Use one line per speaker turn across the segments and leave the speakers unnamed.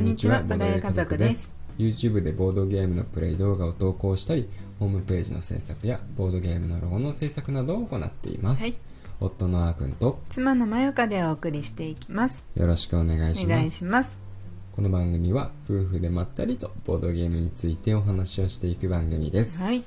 にちはボドゲ家族です
YouTube でボードゲームのプレイ動画を投稿したりホームページの制作やボードゲームのロゴの制作などを行っています、
はい
夫のあーくんと
妻のまよかでお送りしていきます
よろしくお願いし
お
ます
願いします
この番組は夫婦でまったりとボードゲームについてお話をしていく番組です、
はい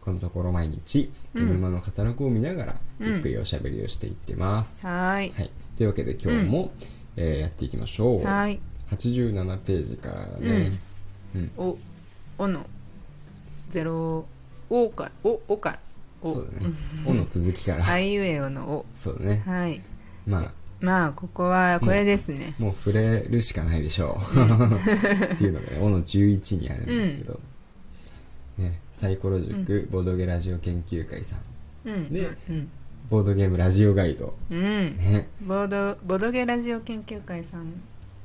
このところ毎日ゲームマのカタログを見ながら
うん
ゆっくりおしゃべりをしていってます、
はーい
はい、というわけで今日も、えーやっていきましょう
はーい
87ページからだね、
おおのゼロおからおおからお
そうだね「お」の続きから、
あいうえおの
そうだね
おはい
まあ
まあここはこれですね、
もう触れるしかないで しょうっていうのがね「お」の11にあるんですけど、ね、サイコロ塾、ボードゲラジオ研究会さん
うん
で
うん
ボードゲームラジオガイド
うん、
ね
ボードボドゲラジオ研究会さん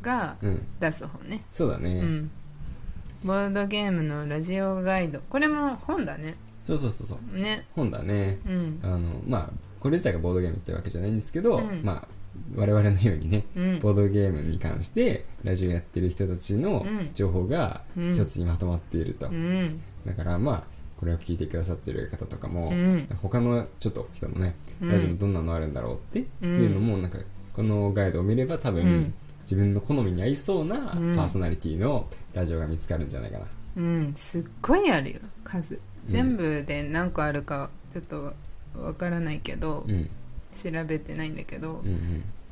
が
うん
出す本ね、
そうだね、
うん、ボードゲームのラジオガイドこれも本だね
そうそうそうそう
ね
本だね
うん
あのまあこれ自体がボードゲームってわけじゃないんですけど、
うん
まあ我々のようにね
うん
ボードゲームに関してラジオやってる人たちの
うん
情報が
うん
一つにまとまっている
う
と、
ん
だからまあこれを聞いてくださってる方とかも、
うん
他のちょっと人のね
うん
ラジオどんなのあるんだろうって
うん
いうのもなんかこのガイドを見れば多分、
うん
自分の好みに合いそうなパ
うん
ーソナリティのラジオが見つかるんじゃないかな、
うんすっごいあるよ数全部で何個あるかちょっとわからないけど
うん、うん
調べてないんだけど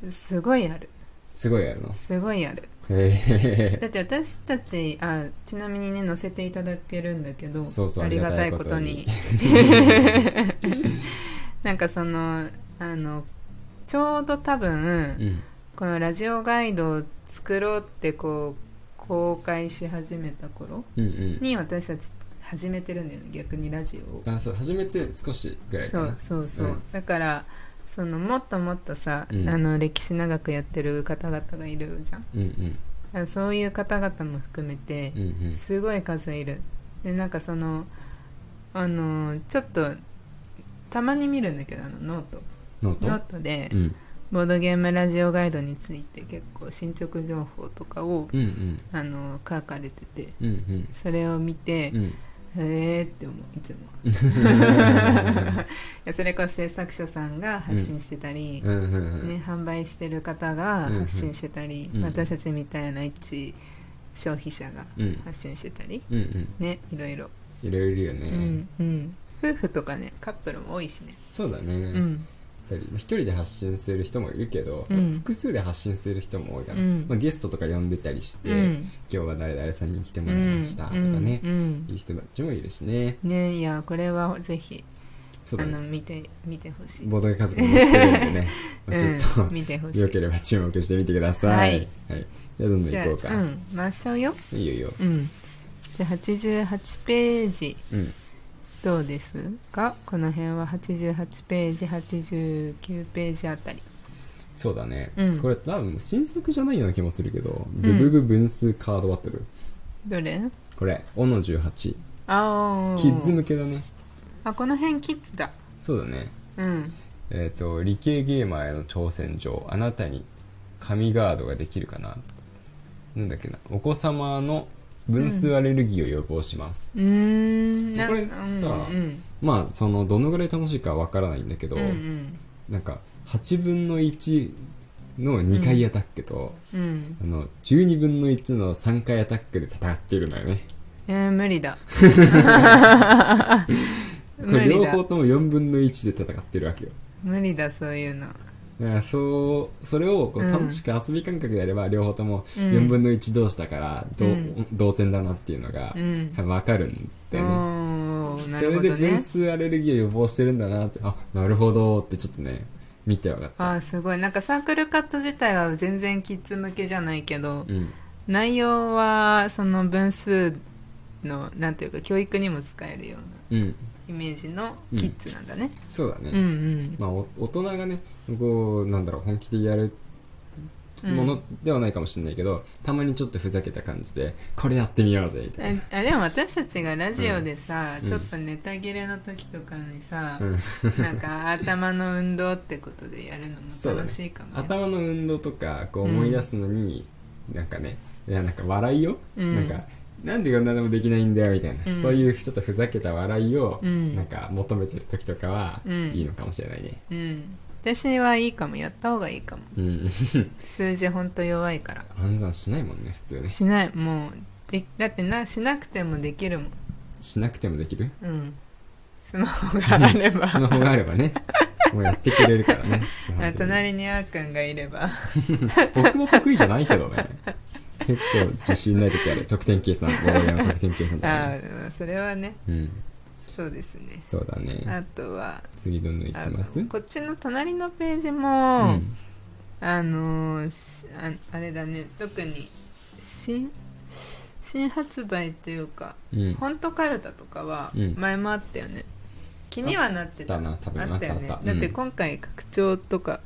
うん
すごいある
すごいやるの
すごいある
へ
だって私たちあちなみにね載せていただけるんだけど
そうそう
ありがたい
ありが
こ
たいことと
に
に
なんかそのあのちょうど多分、
え、うん、
このラジオガイドを作ろうってこう公開し始めた頃
うんうん
に私たち始めてるんだよね逆にラジオを
あそう初めて少しぐらい
そ
か
う
な
そうそう、
うん
だからそのもっともっとさ、
うん
あの歴史長くやってる方々がいるじゃん
うんうん
あそういう方々も含めて
うんうん
すごい数いるでなんかそのあのちょっとたまに見るんだけどあのノート
ノート
ノートで
うん
ボードゲームラジオガイドについて結構進捗情報とかを
うんうん
あの書かれてて
うんうん
それを見て
う、ん
へえって思ういつもい やそれこそ制作者さんが発信してたり、
うんうんうん
ね、販売してる方が発信してたり、
うんうん
私たちみたいな一消費者が
うん
発信してたり、
うんうん
ねいろいろ、
いろいろいるよね、
うんうん、夫婦とかねカップルも多いしね、
そうだね、
う
やっ
ん
ぱり一人で発信する人もいるけど、
うん
複数で発信する人も多いから、
うん
まあ、ゲストとか呼んでたりして、
うん
今日は誰々さんに来てもらいましたとかね、
うんうん
いう人たちもいるしね
ねいやこれはぜひ、
そう
あ
だ
の
ね
見て見てほしい、
ボードゲ家族もやってるんでね、まあ、ちょっと、
うん、見てほしい
よければ注目してみてください。
はい
はい。じゃあどんどん
じゃ
行
あ
こうか。
うん回しようよ
いいよいいよ。
うんじゃあ88ページ
うん。
どうですかこの辺は88ページ89ページあたり
そうだね。
うん
これ多分新作じゃないような気もするけど、ブブブ分数カードバトル。
どれ
これ、おの18。キ
ああ
ッズ向けだね。
あこの辺キッズだ
そうだね。
うん
えっ、と、理系ゲーマーへの挑戦状。あなたに神ガードができるかな。なんだっけな。お子様の分数アレルギーを予防します。
うーんな
これ
うん
さ
うん
まあ、その、どのぐらい楽しいかわからないんだけど、
うんうん
なんか、8分の1の2回アタックと、
うん
あの12分の1の3回アタックで戦っているのよね
えー、無理だ
こ
無
れ
理
両
だ
方とも4分の1で戦ってるわけよ
無理だそういうの
だからそうそれをこう
うん
楽しく遊び感覚でやれば両方とも
うん
4分の1同士だから、どう
うん
同点だなっていうのが
うん
多分分かるんだよね、
おーな
そ
る
れ
ほ
で
ど
分
ね
数アレルギーを予防してるんだなってあなるほどってちょっとね見て分かった
あーすごいなんかサークルカット自体は全然キッズ向けじゃないけど、
うん
内容はその分数のなんていうか教育にも使えるような
うん
イメージのキッズなんだね、
そうだね、
うん、うん
まあ、お大人がねこうなんだろう本気でやる
うん
ものではないかもしれないけど、たまにちょっとふざけた感じでこれやってみようぜみたい
えあでも私たちがラジオでさ、
うん
ちょっとネタ切れの時とかにさ、
な、うん、
なんか頭の運動ってことでやるのも楽しいかもよ、
頭の運動とかこう思い出すのに、なんかねいやなんか笑いよ、
うん
なんかなんでこんなのもできないんだよみたいな、
うん
そういうちょっとふざけた笑いを、
うん
なんか求めてる時とかは、
うん
いいのかもしれないね
うん私はいいかもやった方がいいかも
うん
数字ほんと弱いから
暗算しないもんね普通ね
しないもうでだってなしなくてもできるもん
しなくてもできる
うんスマホがあれば
スマホがあれ ばねもうやってくれるからね基本的
あ
に
隣にあーくんがいれば
僕も得意じゃないけどね結構自信ない時ある得点計算ボロゲーム得点計算とか
あ
ね、
ーそれはね
うん
そうですね
そうだね
あとは
次どんどんいき
あ
ます
こっちの隣のページ
う
も、
ん
あのーしああれだね特に新新発売っていうか、
うん
フォントカルタとかは
うん
前もあったよね、気にはなってた
あったな多分
あったよね
あったあった
だ
う
っ
ん
て今回拡張とか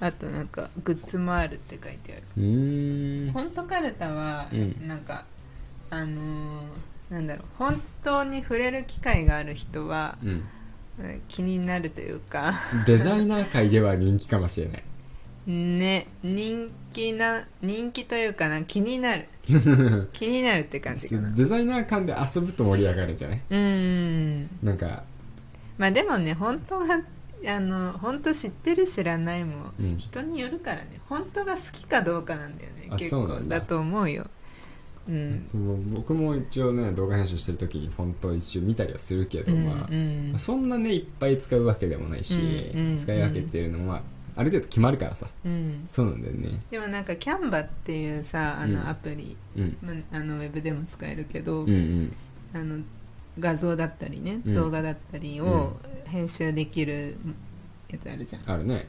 あとなんかグッズもあるって書いてある
うーん
フォントカルタは
うん
なんか、あのーなんだろう本当に触れる機会がある人は
うん
うん気になるというか
デザイナー界では人気かもしれない
ね人気な人気というかな気になる気になるって感じかなう
デザイナー間で遊ぶと盛り上がるんじゃない
ーん
なんか
まあでもね本当があの本当知ってる知らないも、
うん
人によるからね本当が好きかどうかなんだよね
あ
結
そう
構
なんだ
だと思うようん、
もう僕も一応ね動画編集してる時にフォントを一応見たりはするけ
う
ど、
ん
まあ
うん
まあそんなねいっぱい使うわけでもないし、
うんうん
使い分けてるのも、まあ、ある程度決まるからさ
うん
そうなんだよね
でもなんかキャンバっていうさあ
うん
のアプリ、
うん
まあのウェブでも使えるけど、
うんうん
あの画像だったりね、
うん
動画だったりを編集できるやつあるじゃん
あるね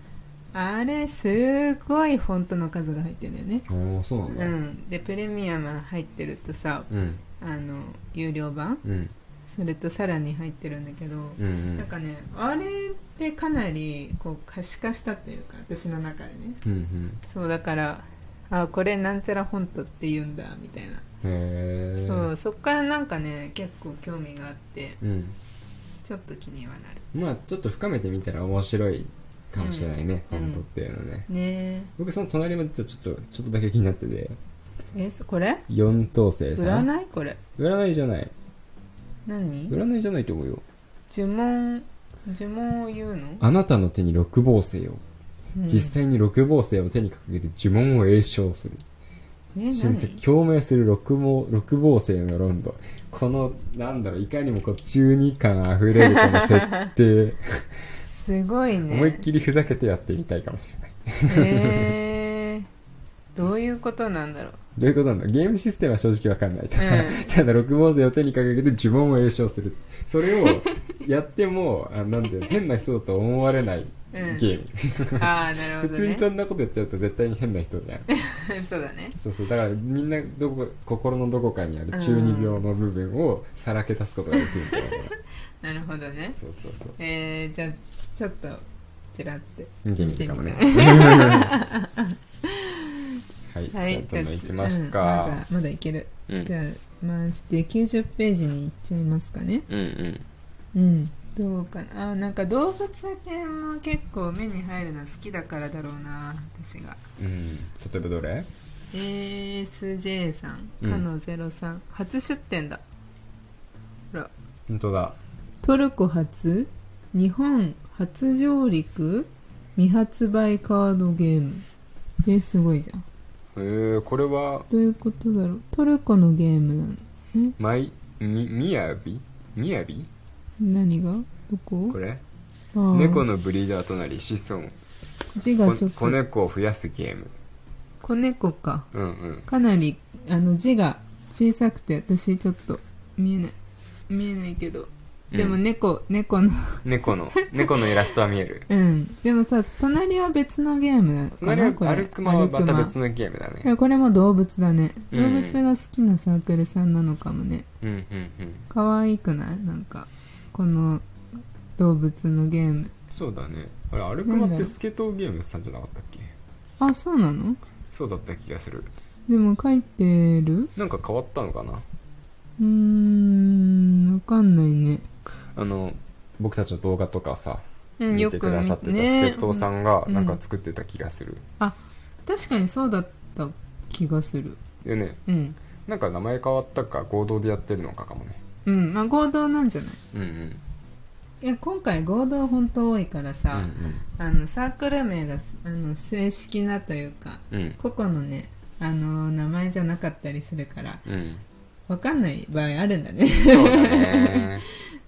あれすごいフォントの数が入ってんだよね
おおそうなん
う
だ
んでプレミアム入ってるとさ
うん
あの有料版
うん
それとさらに入ってるんだけど、
うんう
なん
ん
かねあれってかなりこう可視化したというか私の中でね
うんうん
そうだからあこれなんちゃらフォントって言うんだみたいな、
へえ
そうそっからなんかね結構興味があって
うん
ちょっと気にはなる
まあちょっと深めてみたら面白いかもしれないね、
うん
フォントっていうのね、
ね
僕その隣も実はちょっとちょっとだけ気になってて
ええそこれ
4等星さん
占いこれ
占いじゃない
何
占いじゃないと思うよ
呪文呪文を言うの、
あなたの手に六芒星を
うん
実際に六芒星を手に掲げて呪文を詠唱する
ね
親
何
戚共鳴する六芒六芒星のロンドこのなんだろういかにもこう中二感あふれるこの 設定
すごいね
思いっきりふざけてやってみたいかもしれない
へえどういうことなんだろう
どういうことなんだゲームシステムは正直わかんない、ただ
うん
ただ六芒星を手に掲げて呪文を詠唱するそれをやってもあなんて変な人だと思われないゲ
うん
ーム、
ああなる
普
ほど
通に
ね
そんなことやっちゃうと絶対に変な人じゃん
そうだね
そうそうだからみんなどこ心のどこかにある中二病の部分をさらけ出すことができるんじゃない か
な
な
るほどね
そうそうそう
えー、じゃあちょっとちらって
見てみるかもねはい、じゃあどんどんいきます
うんま
か
だ、まだいける、
うん
じゃあ回して90ページにいっちゃいますかね
うんうん
うんどうかなあなんか動物系も結構目に入るの好きだからだろうな私が
うん例えばどれ
ASJ さん
うん
かのゼロさん、初出店だほら
本当だ
トルコ初日本初上陸未発売カードゲームえーすごいじゃん
えー、これは
どういうことだろうトルコのゲームなのえ
マイみみやびみやび
何がどこ
これ
あー
猫のブリーダーとなり子孫
字が
こ
ちょっと
子猫を増やすゲーム
子猫か
うんうん
かなりあの字が小さくて私ちょっと見えない見えないけどでも
うん
猫、猫の
猫の 猫のイラストは見える
うんでもさ隣は別のゲームなのか
隣
な
は
これ
アルクマはまた
アルクマ
別のゲームだ
い
ね
やこれも動物だね
うん
動物が好きなサークルさんなのかもね
うんうんうん
可愛くないなんかこの動物のゲーム
そうだねあれアルク
な
マ
ん
っ
だ
て
ろう
スケトウゲームズさんじゃなかったっけ
あそうなの
そうだった気がする
でも書いてる
なんか変わったのかな
うーんわかんないね
あの僕たちの動画とかさ
う
見てくださってた助っ人さんがなんか作ってた気がする、
確かにそうだった気がする
よね
うん
なんか名前変わったか合同でやってるのかかもね
うんまあ合同なんじゃない
うんうん
いや今回合同本当多いからさ、あのサークル名があの正式なというか
うんうん
個々のねあの名前じゃなかったりするから
うん
分かんない場合あるんだね
そうだね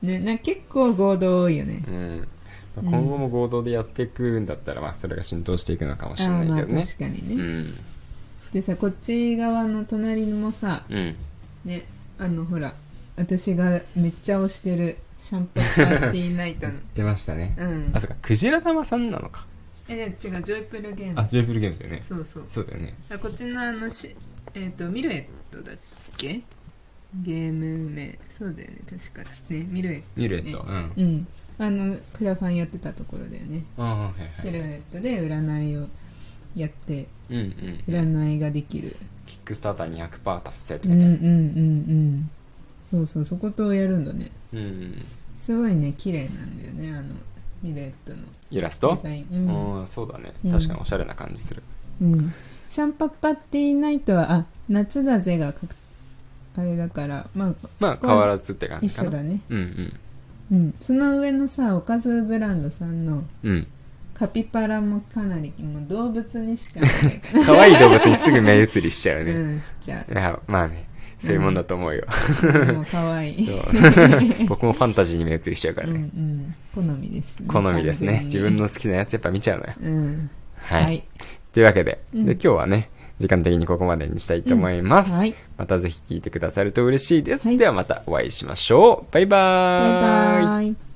ねな結構合同多いよね
うん今後も合同でやっていくんだったら、まあ、それが浸透していくのかもしれ
あ
な
あ
い
ま
け
あ
どね
確かに
う
ね、
ん
でさこっち側の隣もさ
うん
ねあのほら私がめっちゃ推してるシャンパンパーティーナイ トの
出ましたね、
うん
あそっかクジラ玉さんなのか
えいや違うジョイプルゲー
あ
ム
ゼーブルゲームズだよね
そうそう
そうだよね
あこっちのあのしえっ、とミルエットだっけゲーム名そうだよね確かねミルエット、ね、
ミルエット、うん
うんあのクラファンやってたところだよね
ああはいは
ミ
い
ルエットで占いをやって
うんうん
占いができる
キックスターター200%達成って
うん
書
う
い
ん
て
う
あ
ん
る
うんそうそうそことやるんだね
うん、うん、
すごいね綺麗なんだよねあのミルエットの
イラスト
デザイン、う
うんん、そうだね
うん
確かにおしゃれな感じする、
うん、シャンパッパっていないとはあ夏だぜが確あれだからまあ
まあ変わらずって感じ
一
か
緒
な
だね、
うんうん
うん、その上のさおかずブランドさんの
うん、
カピパラもかなりもう動物にしかない、
可愛い動物にすぐ目移りしちゃうね、
うんしちゃ
いやまあねそういうもんだと思うよ、
うでも可愛い
そう 僕もファンタジーに目移りしちゃうか
う
ら
んう
ね、
ん好みですね
好みですね
完
自
全
分
に
の好きなやつやっぱ見ちゃうのよ
うん
はい、
はい
というわけで,、
うん
で今日はね時間的にここまでにしたいと思います、
はい
またぜひ聞いてくださると嬉しいです、
はい
ではまたお会いしましょうバイ
バ
バー
イバイ